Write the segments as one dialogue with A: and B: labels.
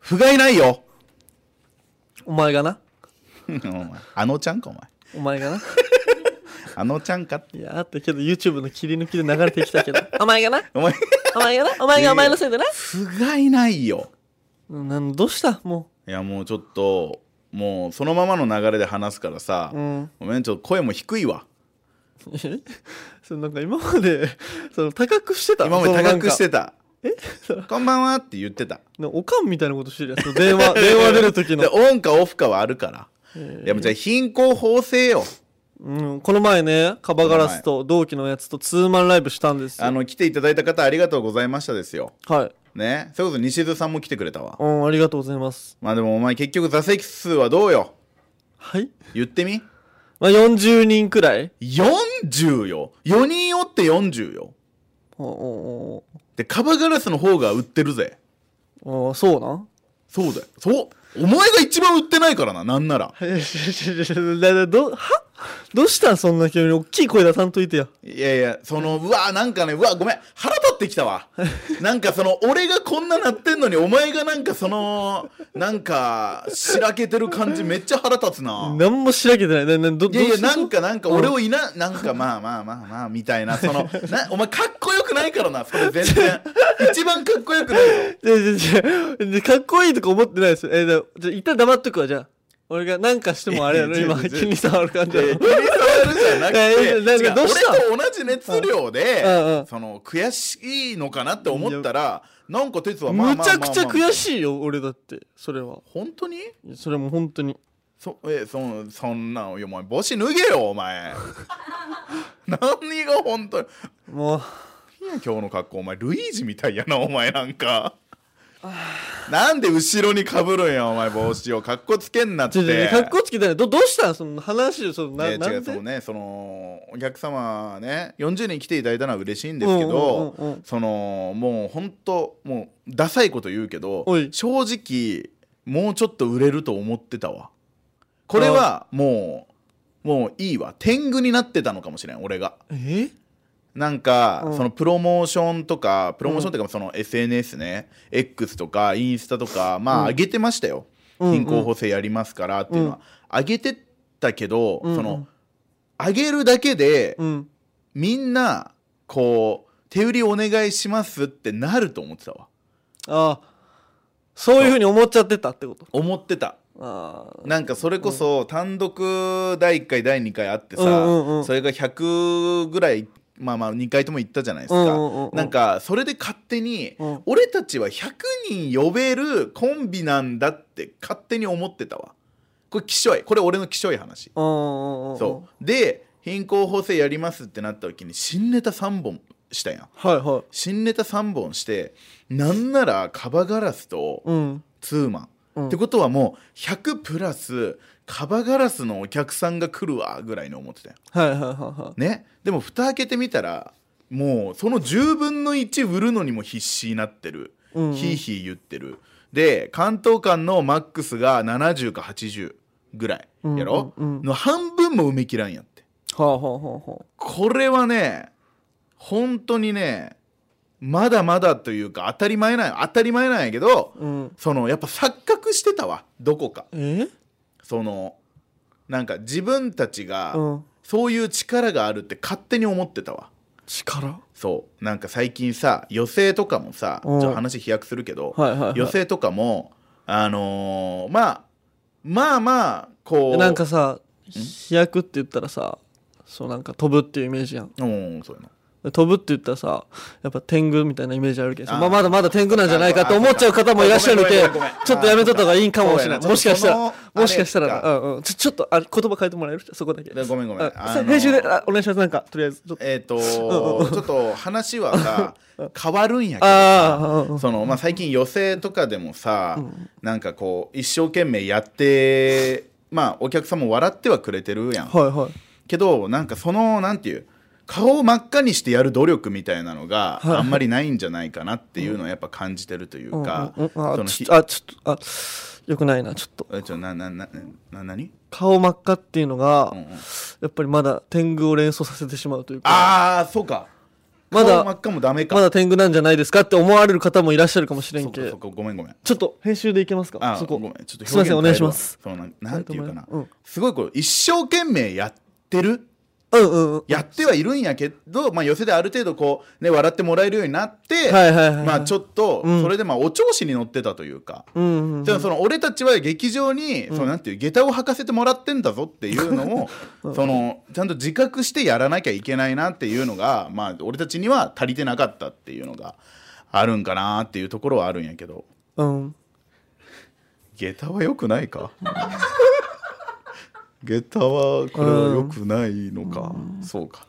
A: 不甲斐ないよお前がな
B: お前あのちゃんかお前
A: お前がな
B: あのちゃんかって
A: いやあったけど YouTube の切り抜きで流れてきたけどお前がな
B: お前
A: お前がなお前がお前のせいでな
B: 不甲斐ないよ
A: なんどうしたも
B: いやもうちょっともうそのままの流れで話すからさ、
A: ううん
B: ごめんちょっと声も低いわ
A: えそのなんか今までその高くしてた
B: 今まで高くしてた
A: え
B: 「こんばんは」って言ってた
A: なんかおかんみたいなことしてるやつの 電話電話出る時の
B: でオンかオフかはあるから、
A: え
B: いやもうじゃあ貧困法制よ
A: うん、この前ねカバガラスと同期のやつとツーマンライブしたんです
B: あ
A: よ
B: の来ていただいた方ありがとうございましたですよ
A: はい
B: ねそれこそ西津さんも来てくれたわ
A: うんありがとうございます
B: まあでもお前結局座席数はどうよ
A: はい、
B: 言ってみ
A: まあ、40人くらい
B: 40よ4人おって40よ
A: おお
B: でカバガラスの方が売ってるぜ
A: おおおそうなん
B: そうだよそうお前が一番売ってないからななんなら
A: いやいやいやいやだだどはどうしたんそんな急に大きい声出さんといてや
B: いやいやそのうわなんかねうわごめん腹立ってきたわ なんかその俺がこんななってんのにお前がなんかそのなんかしらけてる感じめっちゃ腹立つな
A: 何もしらけてないななど
B: いやい
A: どう
B: や
A: し
B: なんかなんか俺をいな、なんかまあまあまあまあみたいなそのなお前かっこよくないからなそれ全 然一番かっこよくないよ
A: いやいやいやでかっこいいとか思ってないですよえだじゃあ一旦黙っとくわじゃあ俺が何かしてもあれやろ
B: いやいや
A: 今
B: いや
A: 気に触る感じや
B: い
A: ろ
B: や気に障るじゃなく
A: いやいやな
B: て
A: んか
B: 違う
A: どうした
B: 俺と同じ熱量で
A: うんうん
B: その悔しいのかなって思ったらなんか哲はまあまあ
A: む
B: まあ
A: ちゃくちゃ悔
B: い
A: しいよ俺だってそれは
B: 本当に
A: それも本当に
B: そえそんそんなんいやお前帽子脱げよお前何が本当に
A: もう
B: いや今日の格好お前ルイージみたいやなお前なんかなんで後ろにかぶるんやお前帽子を格好つけんなって
A: ちょちょかっこつけたねどどうしたんその話をその
B: いや
A: な
B: 違
A: なん
B: うその
A: で
B: ねそのお客様ね40人来ていただいたのは嬉しいんですけど、
A: うんうんうんうん
B: そのもう本当もうダサいこと言うけど
A: おい
B: 正直もうちょっと売れると思ってたわこれはもうもういいわ天狗になってたのかもしれん俺が
A: え
B: なんか、
A: うん
B: そのプロモーションとかプロモーションっていうかその SNS ね、X とかインスタとかまあ上げてましたよ、
A: うんうん
B: 貧困補正やりますからっていうのは、上げてたけど、
A: うんうん
B: その上げるだけで、
A: うん
B: みんなこう手売りお願いしますってなると思ってたわ
A: ああそういうふうに思っちゃってたってこと
B: 思ってた
A: ああ
B: なんかそれこそ単独第1回第2回あってさ、
A: うんうんうん
B: それが100ぐらいまあまあ2回とも行ったじゃないです
A: うん
B: か、
A: うんうん
B: なんかそれで勝手に、
A: うん
B: 俺たちは100人呼べるコンビなんだって勝手に思ってたわこれきしょいこれ俺のきしょい話
A: うんうんうんうん
B: そうで貧困法制やりますってなった時に新ネタ3本したやん
A: はいはい
B: 新ネタ3本してなんならカバガラスと
A: うん
B: ツーマン、
A: うん
B: ってことはもう100プラスカバガラスのお客さんが来るわぐらいに思ってたよ
A: はいはいはいはい
B: ねでも蓋開けてみたらもうその10分の1売るのにも必死になってる、
A: うんうん
B: ヒーヒー言ってるで関東間のマックスが70か80ぐらいやろ、
A: うんうんうん
B: の半分も埋め切らんやって
A: はあはあはあはあ
B: これはね本当にねまだまだというか当たり前なんや当たり前なんやけど
A: うん
B: そのやっぱ錯覚してたわどこか
A: え
B: そのなんか自分たちが
A: うん
B: そういう力があるって勝手に思ってたわ
A: 力
B: そうなんか最近さ余生とかもさち
A: う
B: ょ
A: ん
B: っと話飛躍するけど、
A: はいはいはい
B: 余生とかもあのーまあまあまあこう
A: なんかさ飛躍って言ったらさそうなんか飛ぶっていうイメージやん
B: うんそういうの
A: 飛ぶって言ったらさやっぱ天狗みたいなイメージあるけどさ
B: あー
A: まあまだまだ天狗なんじゃないかと思っちゃう方もいらっしゃるけ
B: あー
A: ど
B: ごめんごめんごめん
A: ちょっとやめとった方がいいんかもしれない
B: あー
A: もしかした
B: そう
A: ら
B: やな
A: もしかしたら
B: そ
A: なうんうんちょちょっとあれ言葉変えてもらえるそこだけ
B: でごめんごめん
A: あ
B: あのー
A: 編集であお願いしますなんかとりあえずちょっと
B: えっ、とちょっと話は さ変わるんやけど
A: ああうんうん
B: そのまあ、最近寄席とかでもさ、なんかこう一生懸命やってまあお客さんも笑ってはくれてるやん
A: はいはい
B: けどなんかそのなんていう顔を真っ赤にしてやる努力みたいなのがあんまりないんじゃないかなっていうのをやっぱ感じてるというか、
A: うんうんうん
B: そ
A: あ
B: の
A: ち
B: ひ
A: ょあちょっとあよくないなちょっと
B: えちょなななななに、
A: 顔真っ赤っていうのが
B: うんうん
A: やっぱりまだ天狗を連想させてしまうというか
B: ああそうか
A: ま
B: 顔
A: だ
B: 真っ赤もダメか
A: まだ天狗なんじゃないですかって思われる方もいらっしゃるかもしれ
B: そ
A: ん
B: う
A: け
B: かそうかごめんごめん
A: ちょっと編集でいけますか
B: あ
A: そ
B: ご
A: こ
B: めんちょっと表現
A: すいませんお願いします
B: 変えるわそのなんなんていうかな、
A: うん
B: すごいこう一生懸命やってる
A: うんうんうん
B: やってはいるんやけど、まあ、寄せである程度こう、ね、笑ってもらえるようになって、
A: はいはいはいはい
B: まあ、ちょっと
A: うん
B: それでまあお調子に乗ってたというか。
A: うんうん
B: じゃあその俺たちは劇場に、そのなんていう下駄を履かせてもらってんだぞっていう のを、そのちゃんと自覚してやらなきゃいけないなっていうのが、まあ、俺たちには足りてなかったっていうのがあるんかなっていうところはあるんやけど
A: うん
B: 下駄は良くない か下駄はこれは良くないのか、そうか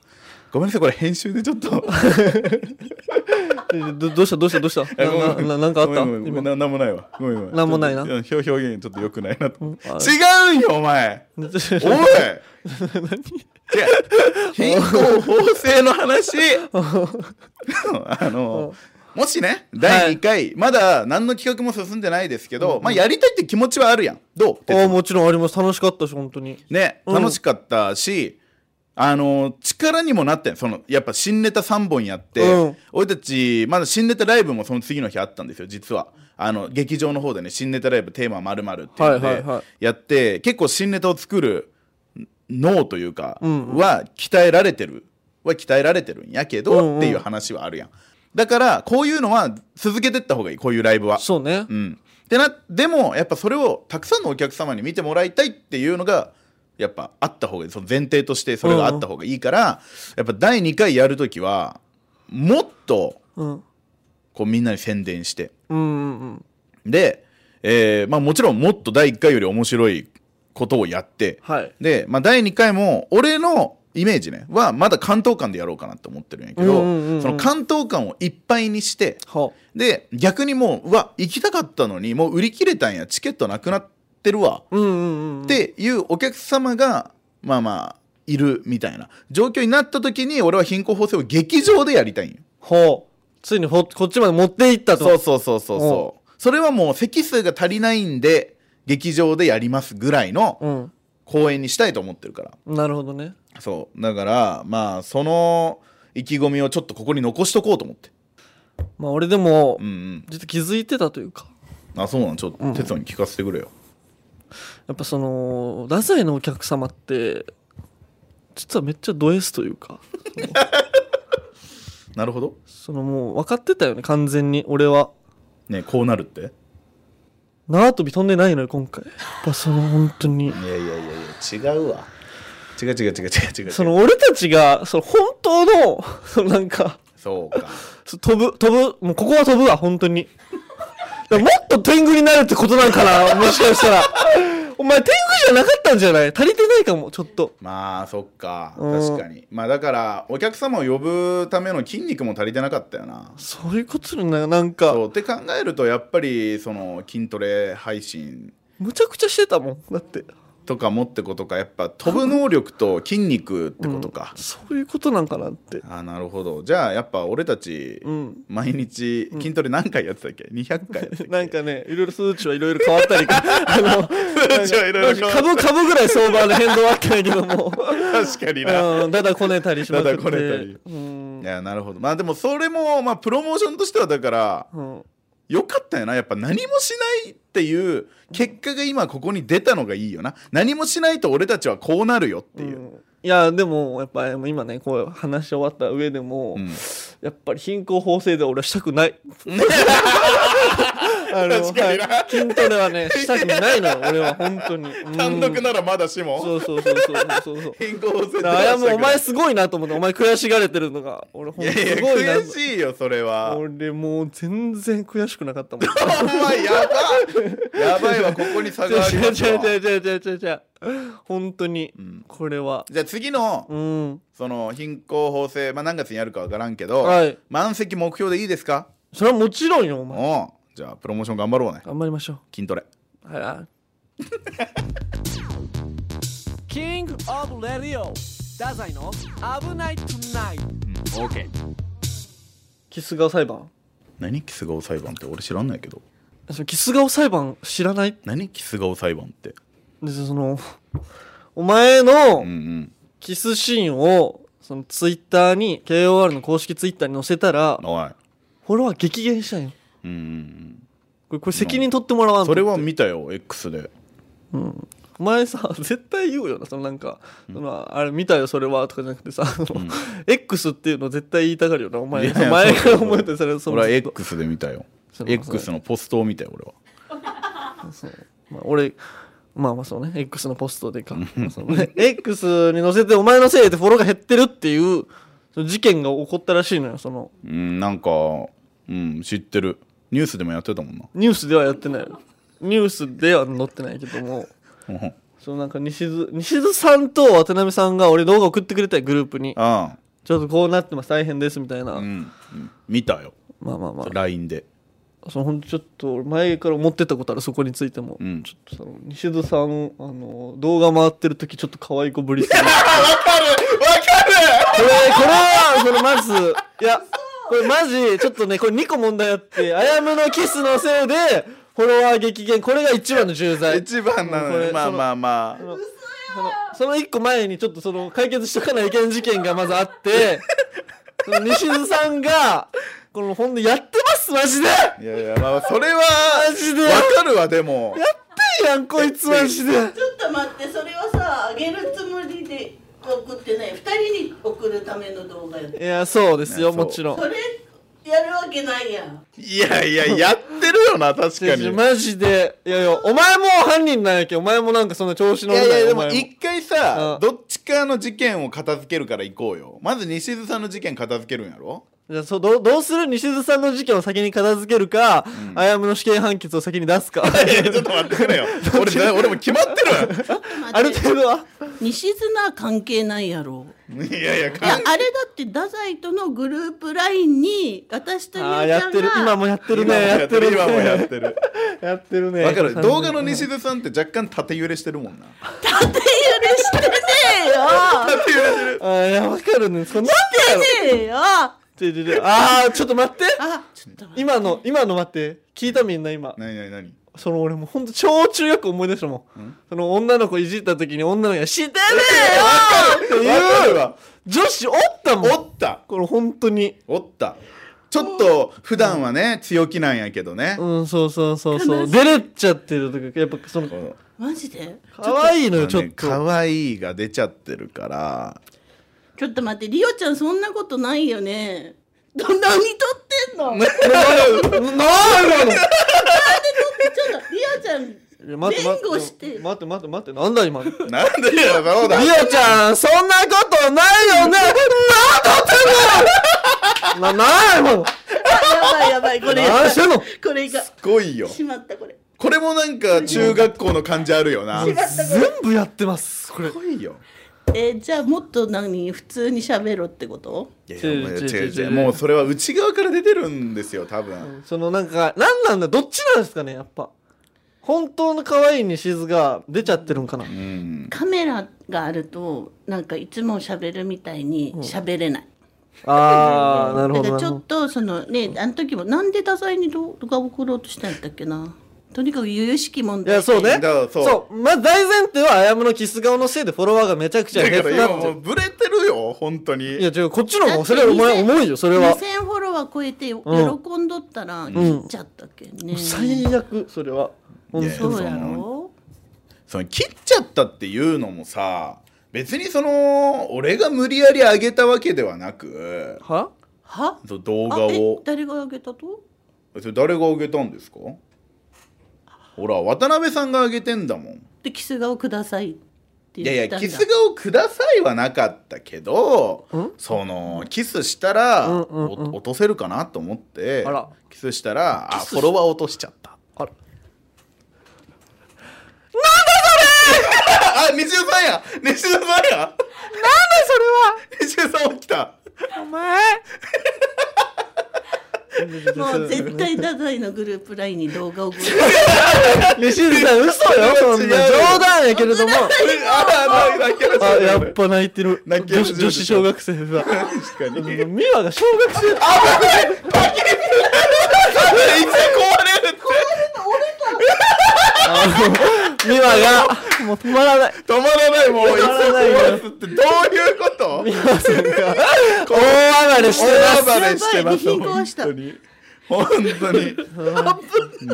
B: ごめんなさいこれ編集でちょっと
A: えどどうしたどうしたど うした ななななんかあった
B: ごめんごめんごめん
A: 今
B: ななんもないわごめんごめん
A: なんもないな
B: ちょっと表表現ちょっと良くないなと、
A: あ
B: 違うんよお前おい い
A: 何
B: や貧困法制の 話あのもしね第2回、まだ何の企画も進んでないですけど、まあやりたいって気持ちはあるやんどう
A: あーもちろんあります楽しかったし本当に
B: ね
A: うん
B: 楽しかったし、あの力にもなってんそのやっぱ新ネタ3本やって、
A: うん
B: 俺たちまだ新ネタライブもその次の日あったんですよ実はあの劇場の方でね新ネタライブテーマまるっていうの
A: はいはい
B: で
A: は
B: やって、結構新ネタを作る脳というか
A: んうん
B: は鍛えられてるは鍛えられてるんやけど、
A: うんうん
B: っていう話はあるやんだからこういうのは続けてった方がいいこういうライブは
A: そうね
B: うん、でなでもやっぱそれをたくさんのお客様に見てもらいたいっていうのがやっぱあった方がいいその前提としてそれがあった方がいいから、やっぱ第2回やるときはもっと
A: うん
B: こうみんなに宣伝して
A: うんうんうん
B: で、えーまあ、もちろんもっと第1回より面白いことをやって、
A: はい
B: で、まあ、第2回も俺のイメージねはまだ関東間でやろうかなって思ってるんやけど、
A: うんうんうんうん
B: その関東間をいっぱいにして
A: は
B: で逆にもううわ行きたかったのにもう売り切れたんやチケットなくなってるわ、
A: うんうんうん
B: っていうお客様がまあまあいるみたいな状況になった時に俺は貧困法制を劇場でやりたいんよ
A: ほうついにほこっちまで持っていったと
B: そうそうそうそうそうそれはもう席数が足りないんで劇場でやりますぐらいの
A: うん
B: 公演にしたいと思ってるから
A: なるほどね
B: そうだからまあその意気込みをちょっとここに残しとこうと思って
A: まあ俺でも
B: うんうん
A: ちょっと気づいてたというか
B: あそうなんちょっと哲也に聞かせてくれよ、
A: やっぱその太宰のお客様って実はめっちゃド S というか
B: なるほど
A: そのもう分かってたよね完全に俺は
B: ねこうなるって
A: 縄跳び飛んでないのよ今回やっぱその本当に
B: いやいやいやいや違うわ違う違う違う違う違う
A: その俺たちがその本当のそのなんか
B: そうか
A: そ飛ぶ飛ぶもうここは飛ぶわ本当にだからもっと天狗になるってことなんかなもしかしたらお前天狗じゃなかったんじゃない足りてないかもちょっと
B: まあそっか
A: うん
B: 確かにまあだからお客様を呼ぶための筋肉も足りてなかったよな
A: そういうことなんだよなんか
B: そうって考えるとやっぱりその筋トレ配信
A: むちゃくちゃしてたもんだって
B: とかもってことかやっぱ飛ぶ能力と筋肉ってことか、
A: そういうことなんかなって
B: あなるほどじゃあやっぱ俺たち、
A: うん
B: 毎日筋トレ何回やってたっけ200回や ってたっけ
A: なんかねいろいろ数値はいろいろ変わったりあの
B: 数値はいろいろ変わった
A: 株株ぐらい相場の変動はあってないけども
B: 確かにな、
A: うんだだこねたりしまく
B: だ
A: って
B: だこねたり
A: うん
B: いやなるほどまあでもそれもまあプロモーションとしてはだから
A: うん
B: よかったよなやっぱ何もしないっていう結果が今ここに出たのがいいよな何もしないと俺たちはこうなるよっていう、
A: いやでもやっぱもう今ねこう話し終わった上でも、
B: ん
A: やっぱり貧困法制では俺はしたくない あの
B: 確かにな
A: はい筋トレはねしたくな いのよ俺は本当にうん
B: 単独ならまだし
A: そ
B: も
A: うそうそうそうそ うそう
B: 変更せ
A: だからもうお前すごいなと思ってお前悔しがれてるのが俺ほん
B: い
A: と
B: やいや
A: すごいな
B: 悔しいよそれは
A: 俺もう全然悔しくなかったもん
B: お前やばいやばいわここに差
A: 違う
B: がありますわ
A: 違う違う違う違う違う違う本当に、これは
B: じゃあ次の
A: うん
B: その貧困法制まあ何月にやるかわからんけど、
A: はい
B: 満席目標でいいですか
A: それはもちろんよお前
B: おうじゃあプロモーション頑張ろうね
A: 頑張りましょう
B: 筋トレ
A: はい キングオブレディオダザイの危ないトゥナイト
B: オーケー
A: キス顔裁判
B: 何キス顔裁判って俺知らんないけど
A: そのキス顔裁判知らない
B: 何キス顔裁判って
A: でそのお前
B: う
A: の
B: んうん
A: キスシーンをそのツイッターに KOR の公式ツイッターに載せたら
B: おい
A: フォロワー激減したんよ
B: うんうんうん
A: これこれ責任取ってもらわんと
B: それは見たよ X で
A: お前さ絶対言うよなそのなんか、そのあれ見たよそれはとかじゃなくてさ、あの X っていうの絶対言いたがるよなお前
B: いやいやそ
A: 前
B: う
A: から思えてそれそ
B: 俺は
A: のずっと
B: X で見たよ
A: そうそう
B: X のポストを見たよ俺は
A: そうまあ、俺まあまあそうね X のポストでか、まあそのね X に載せてお前のせいでフォローが減ってるっていうその事件が起こったらしいのよその
B: うんなんかうん知ってるニュースでもやってたもんな
A: ニュースではやってないニュースでは載ってないけども
B: うん
A: そのなんか西津西津さんと渡辺さんが俺動画送ってくれたよグループに
B: あ
A: ちょっとこうなってます大変ですみたいな、
B: あうんうん見たよ
A: まあまあまあ
B: LINE で
A: そのほんとちょっと俺前から思ってたことあるそこについても、
B: うん
A: ちょっとその西津さんあの動画回ってる時ちょっと可愛い子ぶりすぎるこ
B: あ わかるわか
A: れこれはこれまずいやこれマジちょっとねこれ2個問題あってあやむのキスのせいでフォロワー激減これが一番の重罪
B: 一番な
A: こ
B: の
A: れ
B: にま
A: そ
B: あ
A: の
B: まあまあ
A: そのその一個前にちょっとその解決しとかないけん事件がまずあ って、その西津さんが、このほんでやってますマジでや
B: いやいやまあそれは
A: マジで
B: わかるわでも
A: ってんやんこいつマジで
C: ちょっと待ってそれはさあげるつもりで送ってない2人に送るための動画やで
A: いや、そうですよ、
B: ね
A: もちろん
C: そ。れやるわけないやん
B: いやいややってるよな確かに
A: 違う違うマジで、いやいや、お前も犯人なんやけんお前もなんかそんな調子乗
B: い
A: るな
B: や
A: よ
B: いやで
A: お前
B: も一回さ
A: うん
B: どっちかの事件を片付けるから行こうよまず西津さんの事件片付けるんや ろ
A: じゃあそうどうどうする西津さんの事件を先に片付けるか、あやむの死刑判決を先に出すか
B: いやちょっと待ってくれよ俺ね俺も決まってる
A: ある程度は
C: 西綱関係ないやろ
B: いやいやか
C: いやあれだって太宰とのグループラインに私とゆう
A: ああー
C: ち
A: や
C: ゃ
A: っ
C: ん
A: てる今も
C: が
A: やってるねやってるね
B: 今もやってる
A: やってるね
B: わかる動画の
A: 西
B: 西津さんって若干縦揺れしてるもんな
C: 縦揺れしてね
B: 縦揺れしてる
A: あーいやわかるねそんな
C: えよしてねえよあ
A: ちょいちょいちょいあーちょっと待って
C: ちょっと待って
A: 今の今の待って聞いたみんな今
B: 何何何
A: その俺もうほんと超中よく思い出したもんその女の子いじった時に女の子が「してねえよ!」って
B: わか
A: い
B: る
A: う
B: わ
A: 女子おったも
B: お
A: ん
B: った
A: これ本当に
B: おったちょっと普段はね強気なんやけどね
A: うんそうそうそうそ
C: 悲
A: う
C: しい
A: 出れちゃってるとかやっぱその
C: マジで
A: 可愛いのよちょっと
B: 可愛いが出ちゃってるから
C: ちょっと待ってリオちゃんそんなことないよねど何撮ってん の
A: なんだろ
C: ちょっとリオちゃん
A: う待って待
C: 弁護して
A: って待って待って待ってなんだ今
B: なんでよそうだ
A: リオちゃん、そんなことないよねなんだってんのな、ないもん
C: あやばいやばいこれやば
A: 何してんの
C: いこれが
B: すごいよ
C: しまったこれ
B: これもなんか中学校の感じあるよな
C: しまったこ
A: 全部やってます、これ。
B: ごいよ
C: れえーじゃあもっと何普通に喋ろってこと
B: いやい
A: 違う
B: やもう
A: 違う
B: 違う
A: 違
B: 違
A: う
B: うもうそれは内側から出てるんですよ多分
A: そのなんか、なんなんだ、どっちなんですかね、やっぱ。本当の可愛い西津が出ちゃってるんかな。
B: うん
C: カメラがあるとなんかいつも喋るみたいに喋れない、
A: あー、なるほ
C: だ
A: ど
C: からち
A: な。
C: ょっとそのねあの時もなんで太宰に動画を送ろうとしたんだっけなとにかく由々しき問
A: い
C: 題
A: や、そうね
B: だから。
A: そ
B: そうう
A: まず大前提は、あやむのキス顔のせいでフォロワーがめちゃくちゃ
B: だ
A: 減っ
B: か
A: たっ
B: ら
A: て
B: 今もうブレてるよ本当
A: いや、
B: に
A: 違う、こっちの方が、それはお前重いよ、それは。
C: 2000フォロワー超えて喜んどったら切っちゃったっけね、
A: 最悪、それは。ほ
B: い
A: んと
B: や
C: そうやろ
B: その切っちゃったっていうのもさ別にその俺が無理やり上げたわけではなく
A: は
C: は
B: そう動
C: あ
B: 画
C: え
B: を
C: 誰があげたと
B: それ誰が上げたんですかほら渡辺さんが上げてんだもん
C: でキス顔くださいって
B: いやい
C: 言っ
B: や
C: たんだ
B: キス顔くださいはなかったけどそのキスしたら、
A: うんうんうん
B: お落とせるかなと思って
A: あら
B: キスしたらあフォロワー落としちゃった
A: あら。
B: あ西田さんや西田さんや
A: そ
B: 西田さん起きた
A: れはお前
C: もう絶対太宰のグループラインに動画を送る
A: 西津 さん嘘よそんな
B: 違うよ
A: 冗談やけれども
B: ああ泣き
A: あ
B: 始め
A: や
B: る
A: っぱ泣いてる
B: 泣き始め
A: 女
B: る
A: 子女子小学生が
B: 確かにあ
A: 美和が小学生
B: いつ壊れるって
A: あ美和がもう止まらない
B: 止まらないもういつ
A: 止まらないよ
B: 壊すってどういうこと
A: 美和さんが大暴れしてます
B: 大暴れしてます
C: やばい備品壊した
B: 本当に本当に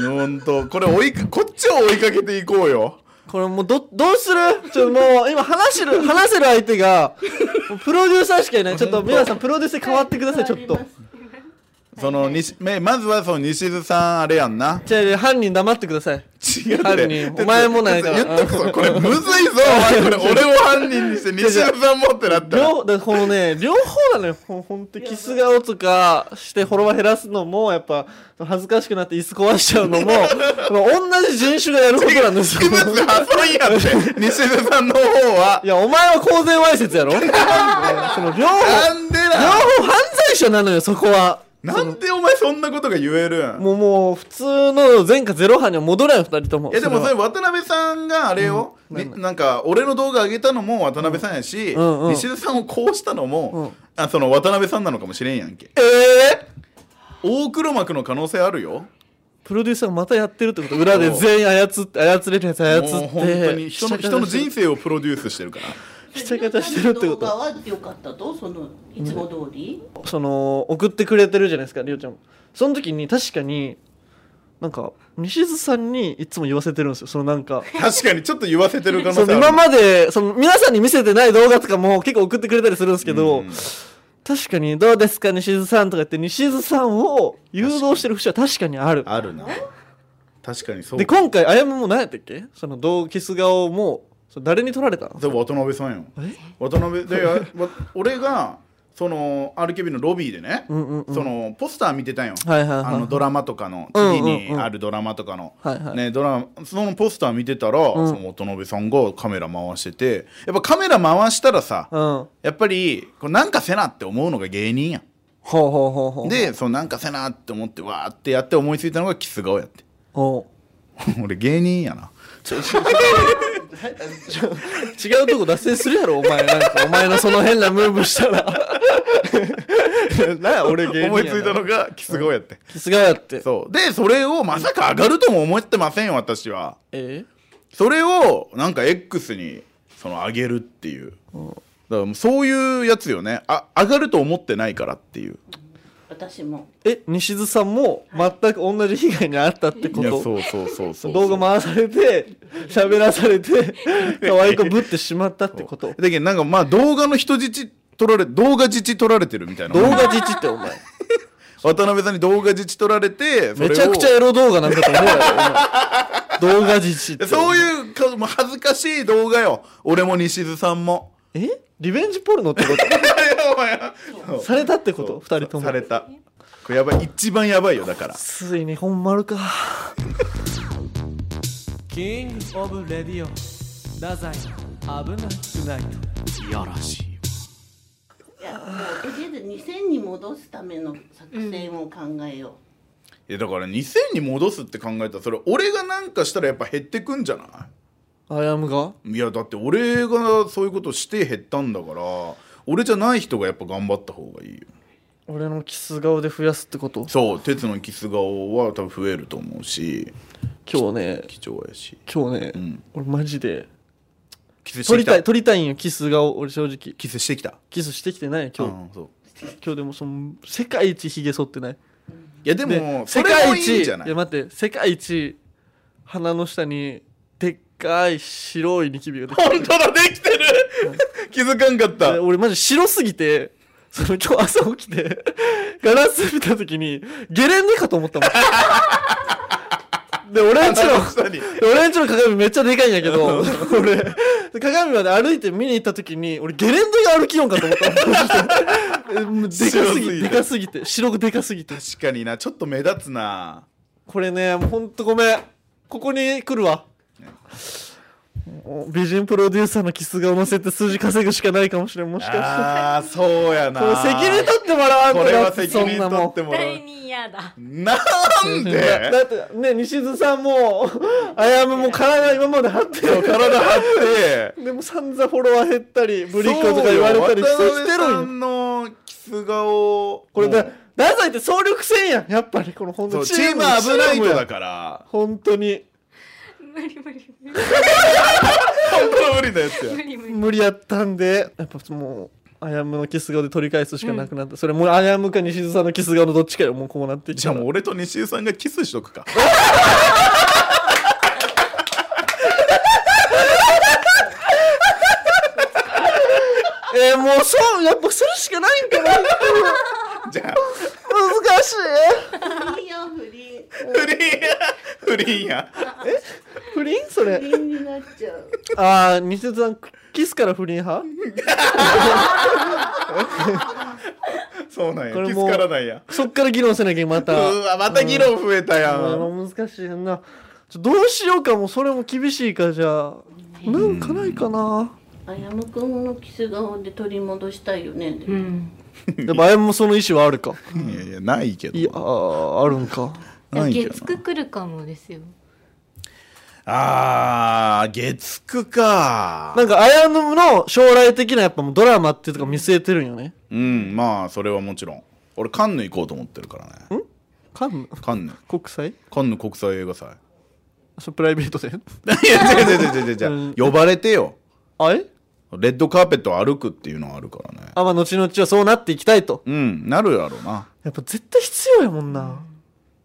B: 本当これ追いかこっちを追いかけていこうよ
A: これもうどどうするちょっともう今話せる話せる相手がもうプロデューサーしかいないちょっと美和さんプロデューサー変わってくださいちょっと
B: その西めまずはその西津さんあれやんな
A: じゃあ犯人黙ってください
B: 違う
A: 犯
B: て
A: 人お前もないか
B: 言
A: ら
B: っとくぞこれむずいぞお 前これ俺を犯人にして西津さんもってなったら
A: 両だからこのね両方なのよほんほんとキス顔とかしてフォロワー減らすのもやっぱ恥ずかしくなって椅子壊しちゃうのもこの同じ人種がやることなんですよ
B: 器物破損や って西津さんの方はい
A: やお前は公然わいせつやろその両方
B: なんで
A: 両
B: だ
A: 方犯罪者なのよそこは
B: なんでお前そんなことが言えるん
A: もうもう普通の前科ゼロ班には戻らない二人とも
B: いやでもそ
A: れ
B: れ
A: は
B: 渡辺さんがあれよ、
A: うん
B: になんか俺の動画上げたのも渡辺さんやし、
A: うんうん
B: 西津さんをこうしたのも、
A: うん
B: あその渡辺さんなのかもしれんやんけ
A: ええ
B: 大黒幕の可能性あるよ
A: プロデューサーがまたやってるってこと裏で全員操って操れるやつ操って
B: もう本当に人の人の人
A: 生
B: 生をプロデュースしてるから
A: ひちゃひちゃしてるってこと
C: 動画は良かったとそのいつも通り、
A: その送ってくれてるじゃないですかりょうちゃんもその時に確かになんか西津さんにいつも言わせてるんですよそのなんか
B: 確かにちょっと言わせてる可能性
A: そ
B: ある
A: の今までその皆さんに見せてない動画とかも結構送ってくれたりするんですけど、
B: うん
A: 確かに「どうですか西津さん」とか言って西津さんを誘導してる節は確かにある
B: あるな確かにそう
A: で今回あやむも何やったっけその同キス顔もそれ誰に撮られたの
B: それ渡辺さんよ
A: え
B: 渡辺 でわ俺がその RKB のロビーでね、
A: うんうんうん
B: そのポスター見てたんよ、
A: はいはいはい
B: あのドラマとかの
A: うんうんう
B: 次に
A: ん
B: あるドラマとかの、
A: はいはい
B: ね、ドラマそのポスター見てたら、
A: ん
B: その渡辺さんがカメラ回しててやっぱカメラ回したらさ、
A: うん
B: やっぱりこうなんかせなって思うのが芸人やん
A: ほうほうほうほう
B: でそのなんかせなって思ってわーってやって思いついたのがキス顔やって
A: おう
B: 俺芸人やな
A: 違うとこ脱線するやろお前なんかお前のその変なムーブした ら なんや俺芸人やな
B: 思いついたのがキス顔やって、
A: キス顔やって
B: そうでそれをまさか上がるとも思ってませんよ私は
A: え
B: それをなんか X にその上げるっていう、だからもうそういうやつよねあ上がると思ってないからっていう
C: 私も
A: え西津さんも全く同じ被害に遭ったってこ
B: いや
A: と
B: そうそうそうそう
A: 動画回されて喋らさ れて可愛い子ぶってしまったってこと
B: だけどなんかまあ動画の人質取られ動画自治取られてるみたいな
A: 動画自治ってお 前
B: 渡辺さんに動画自治取られてそれを
A: めちゃくちゃエロ動画なんだと思うやろお前動画自治って
B: そういうかもう恥ずかしい動画よ俺も西津さん も
A: えリベンジポルノってこ
B: いやお前
A: とされたってこと二人とも
B: されたこれやばい一番やばいよだから
A: ついに本丸かキングオブレディオ太宰危なくない
B: いやらしい
C: いやもうとりあえず2000に戻すための作戦を考えよ
B: いやだから2000に戻すって考えたらそれ俺がなんかしたらやっぱ減ってくんじゃな
A: アヤムが
B: いいやだって俺がそういうことして減ったんだから俺じゃない人がやっぱ頑張った方がいいよ
A: 俺のキス顔で増やすってこと
B: そう鉄のキス顔は多分増えると思うし
A: 今日ね
B: 貴重やし
A: 今日ね、
B: ん
A: 俺マジで
B: キスし
A: 撮
B: てき
A: り
B: た
A: たい撮りたいんよキス顔俺正直
B: キスしてきた
A: キスしてきてないよ
B: う
A: 今日、
B: んそう
A: 今日でもその世界一ひげ剃ってない
B: いやで
A: で
B: もそ
A: 世
B: れも
A: 界
B: い
A: 一
B: いんじゃない
A: や待って世界一鼻の下にでっかい白いニキビができ
B: 本当だできてる 気づかんかった
A: で俺マジ白すぎてその今日朝起きて ガラス見た時にゲレンデかと思ったも んで俺んちの
B: 下に
A: で俺んちの鏡めっちゃでかいんや けど俺で鏡まで歩いて見に行った時に俺ゲレンデが歩きよんかと思ったもんえもうでか
B: 白す
A: す
B: ぎ
A: ぎ
B: て
A: てでかすぎて白くでかすぎて
B: 確かになちょっと目立つな
A: これねもうほんとごめんここに来るわもう美人プロデューサーのキス顔乗せて数字稼ぐしかないかもしれんもしかしたら
B: あーそうやな
A: これ責任取ってもらわんと
B: これ
A: だ
B: は
A: って
B: 責
A: そん
B: 任
A: な
B: 取
A: もん
B: ってもらう
D: 第に嫌だ。
B: なん
A: だ
B: で
A: だってね西津さんもあやむも体今まで張って
B: 体張って
A: でも散々フォロワー減ったりぶりっ子とか言われたりして
B: そうよ
A: して
B: 渡辺さ
A: るんよ
B: んのキス顔
A: これ
B: も
A: だ
B: う
A: 太宰って総力戦やんやっぱりこの本
B: そ
A: 当
B: うチーム危ないとだ
A: ら
B: から
A: 本当に
D: 無理無理無理
B: 本当の無理なやつや
D: 無理無理
A: 無理やったんでやっぱもうアヤムのキス顔で取り返すしかなくなった、それもうアヤムか西津さんのキス顔のどっちかよもうこうなってき
B: じ
A: た
B: ゃあ
A: ら
B: もう俺と西井さんがキスしと くか
A: えー、もうそうやっぱするしかないんかな難
B: じゃあ
A: しい
C: いいよ不倫
B: 不倫や不倫や
A: 不倫そ
C: 不
A: れ
C: 倫になっちゃう
A: ああ西津さんキスから不倫派
B: そうなんや
A: これ
B: キス
A: もう
B: からなんや
A: そっから議論せなきゃま
B: う
A: た
B: わまた議論増えたや
A: あ
B: ん
A: の難しいなちょどうしようかもそれも厳しいかじゃあなんかないかな
C: あやむくんのキス顔で取り戻したいよね、
D: うん
A: やっぱあやむもその意思はあるか
B: いやいやないけど
A: いやあーあるんか
B: ないけどな
D: 月9来るかもですよ
B: あー月9か
A: なんかあやむの将来的なやっぱもうドラマっていうとか見据えてるんよね
B: うんまあそれはもちろん俺カンヌ行こうと思ってるからね
A: カンヌ
B: カンヌ
A: 国際
B: カンヌ国際映画祭
A: それプライベートで
B: いや違う違う違う違う違う、
A: うん
B: 呼ばれてよ
A: あえ
B: レッドカーペットを歩くっていうのはあるからね
A: あまあ後々はそうなっていきたいと
B: うんなるやろうな
A: やっぱ絶対必要やもんな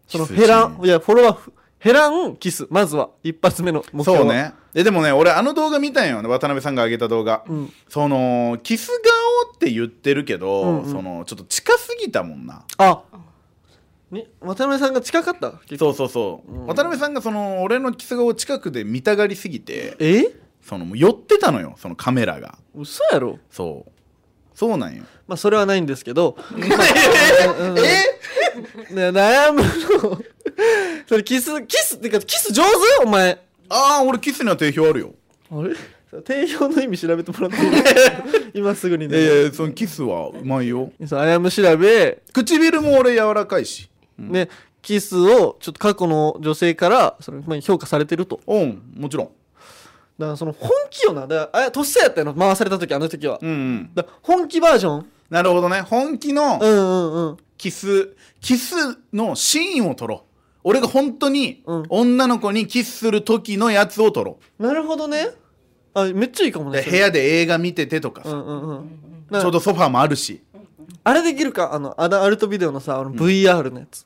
A: その
B: キス
A: 減らん
B: シーン
A: いやフォロワーふ減らんキスまずは一発目の目標は
B: そうねえでもね俺あの動画見たんよ渡辺さんが上げた動画、
A: ん
B: そのキス顔って言ってるけど、
A: うんうん
B: そのちょっと近すぎたもんな
A: あね渡辺さんが近かった結構
B: そうそうそう、渡辺さんがその俺のキス顔を近くで見たがりすぎて
A: え
B: そのもう寄ってたのよそのカメラが
A: 嘘やろ
B: そうそうなんよ
A: まあそれはないんですけ ど
B: え
A: うんね悩むのそれキスキスっていうかキス上手お前
B: ああ俺キスには定評あるよ
A: あれ定評の意味調べてもら っていい今すぐに
B: い
A: ね
B: やいやそのキスはうまいよ
A: そうあやむ調べ、
B: 唇も俺柔らかいし
A: ねキスをちょっと過去の女性からそのまあ評価されてると
B: うんもちろん
A: だからその本気よなだからあとっさやったよな回された時あの時は、
B: うんうん
A: だから本気バージョン
B: なるほどね本気の
A: うんうんうん
B: キスキスのシーンを撮ろう俺が本当に
A: うん
B: 女の子にキスする時のやつを撮ろ
A: なるほどねあめっちゃいいかも
B: う
A: ね
B: で
A: そ
B: 部
A: れ
B: 屋で映画見ててとか
A: う
B: さ、
A: んうんうん
B: ちょうどソファーもあるし
A: あれできるかあのアダアルトビデオのさあの VR のやつ、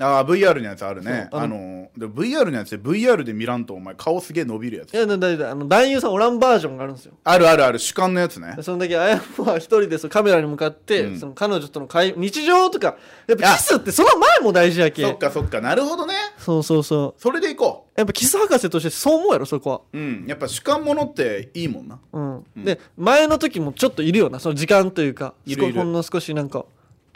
B: ああ VR のやつあるね
A: そう
B: あ
A: あの
B: ので VR のやつで VR で見らんとお前顔すげえ伸びるや
A: い
B: つ
A: やだだだあの男優さんおらんバージョンがあるんですよ
B: あるあるある主観のやつね
A: その時あやむは一人でそうカメラに向かって、
B: うん
A: その彼女との会日常とかやっ
B: いや
A: ぱキスってその前も大事やけ
B: そっかそっかなるほどね
A: そうそうそう
B: それでいこ
A: やっぱキス博士としてそう思うやろそこ
B: ううんやっぱ主観ものっていいもんな
A: は、うん
B: うん
A: で前の時もちょっといるよなその時間というか
B: いるいる
A: 少ほんの少しなんか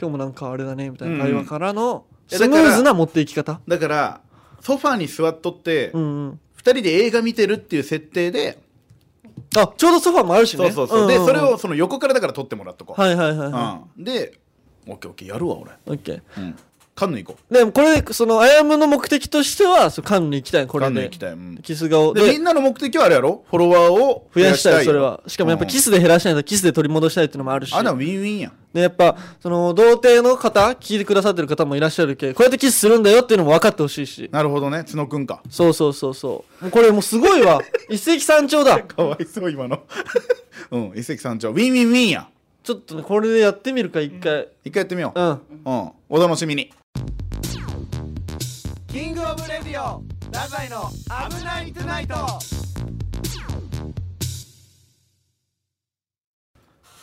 A: 今日もなんかあれだねみたい
B: うん
A: な会話からの
B: いや
A: スムーズな持っていき方
B: だからソファーに座っとって、
A: う
B: 2
A: んうん
B: 人で映画見てるっていう設定で
A: あちょうどソファーもあるし
B: そ
A: ね
B: うそうそう、
A: んんん
B: でそれをその横からだから撮ってもらっとこう、
A: はいはいはいは
B: うん、でオッケーオッケーやるわ俺、
A: いオッケー
B: うん、カンヌ行こ
A: でもこれそのあやむの目的としてはそうカンヌ行きたいこ
B: うカ
A: れ
B: ンヌ
A: で
B: 行きたい、うん、
A: キス顔
B: でみんなの目的はあれやろフォロワーを
A: 増やしたいそれはしかもやっぱキ
B: ス、
A: スで減らしたいとキスで取り戻したいっていうのもあるし
B: うんあでもウィンウィンやん
A: でやっぱその童貞の方聞いてくださってる方もいらっしゃるけこうやってキスするんだよっていうのも分かってほしいし
B: なるほどね角くんか
A: そうそうそうそうもうこれもうすごい わ一石三鳥だ
B: かわいそう今の うん一石三鳥ウィンウィンウィンやん
A: ちょっとねこれでやってみるか一回
B: 一回やってみよう、
A: うん、
B: うん、お楽しみに
E: キングオブレディオラザイの危ないトゥナイト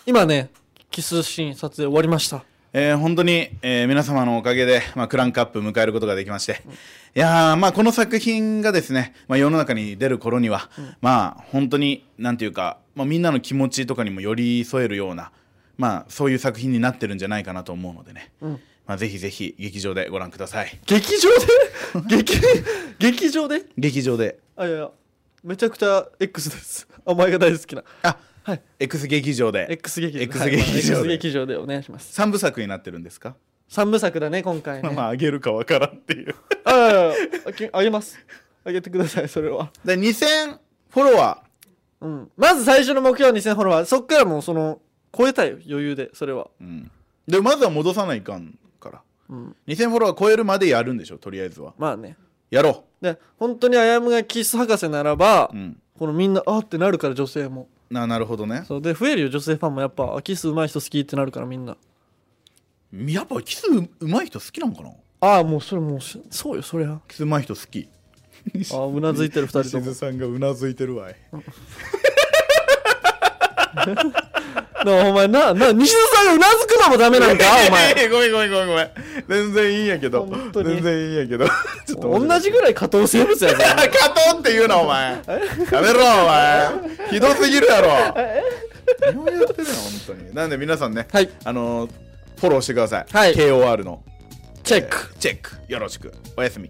A: 今ねキスシーン撮影終わりました
B: えー本当に、えー皆様のおかげで、まあ、クランクアップ迎えることができまして、いやー、まあ、この作品がですね、まあ、世の中に出る頃には、まあ、本当に、なんていうか、まあ、みんなの気持ちとかにも寄り添えるような、まあ、そういう作品になってるんじゃないかなと思うのでね、まあ、ぜひぜひ劇場でご覧ください。
A: 劇場で 劇劇場で
B: 劇場で、
A: あいやいやめちゃくちゃ X です お前が大好きな
B: あ、
A: はい
B: X 劇場で、
A: X 劇場
B: X 劇場で
A: はいまあ X 劇場でお願いします
B: 3部作になってるんですか、
A: 三部作だね今回ね、
B: まあ、あげるかわからんっていう。
A: あいやいやあきあげますあげてくださいそれは
B: で、2000フォロワー、
A: うんまず最初の目標は2000フォロワーそっからもうその超えたいよ余裕でそれは
B: うん、でまずは戻さないかんから、
A: ん
B: 2000フォロワー超えるまでやるんでしょとりあえずは
A: まあね
B: やろ
A: で本当にあやむがキス博士ならば、
B: うん
A: このみんなあーってなるから女性も
B: ななるほどね
A: そうで増えるよ女性ファンもやっぱあキス上手い人好きってなるからみんな
B: やっぱキスうまい人好きなんかな
A: ああもうそれもうしそうよそりゃ
B: キスうまい人好き
A: ああうなずいてる二人と
B: 西
A: も
B: 津さんがうなずいてるわい
A: なお前なな西田さんがうなずくのもダメなんか お前
B: ごめんごめんごめんごめん全然いいんやけど
A: 本当に
B: 全然いいんやけど ちょっと面白い
A: 同じぐらい加藤生物やぞ
B: あ加藤って言うなお 前やめろお前ひどすぎるやろ何をやってるの本当になんで皆さんね、
A: はい
B: あのーフォローしてください、
A: はい
B: KOR の
A: チェック
B: チェックよろしくおやすみ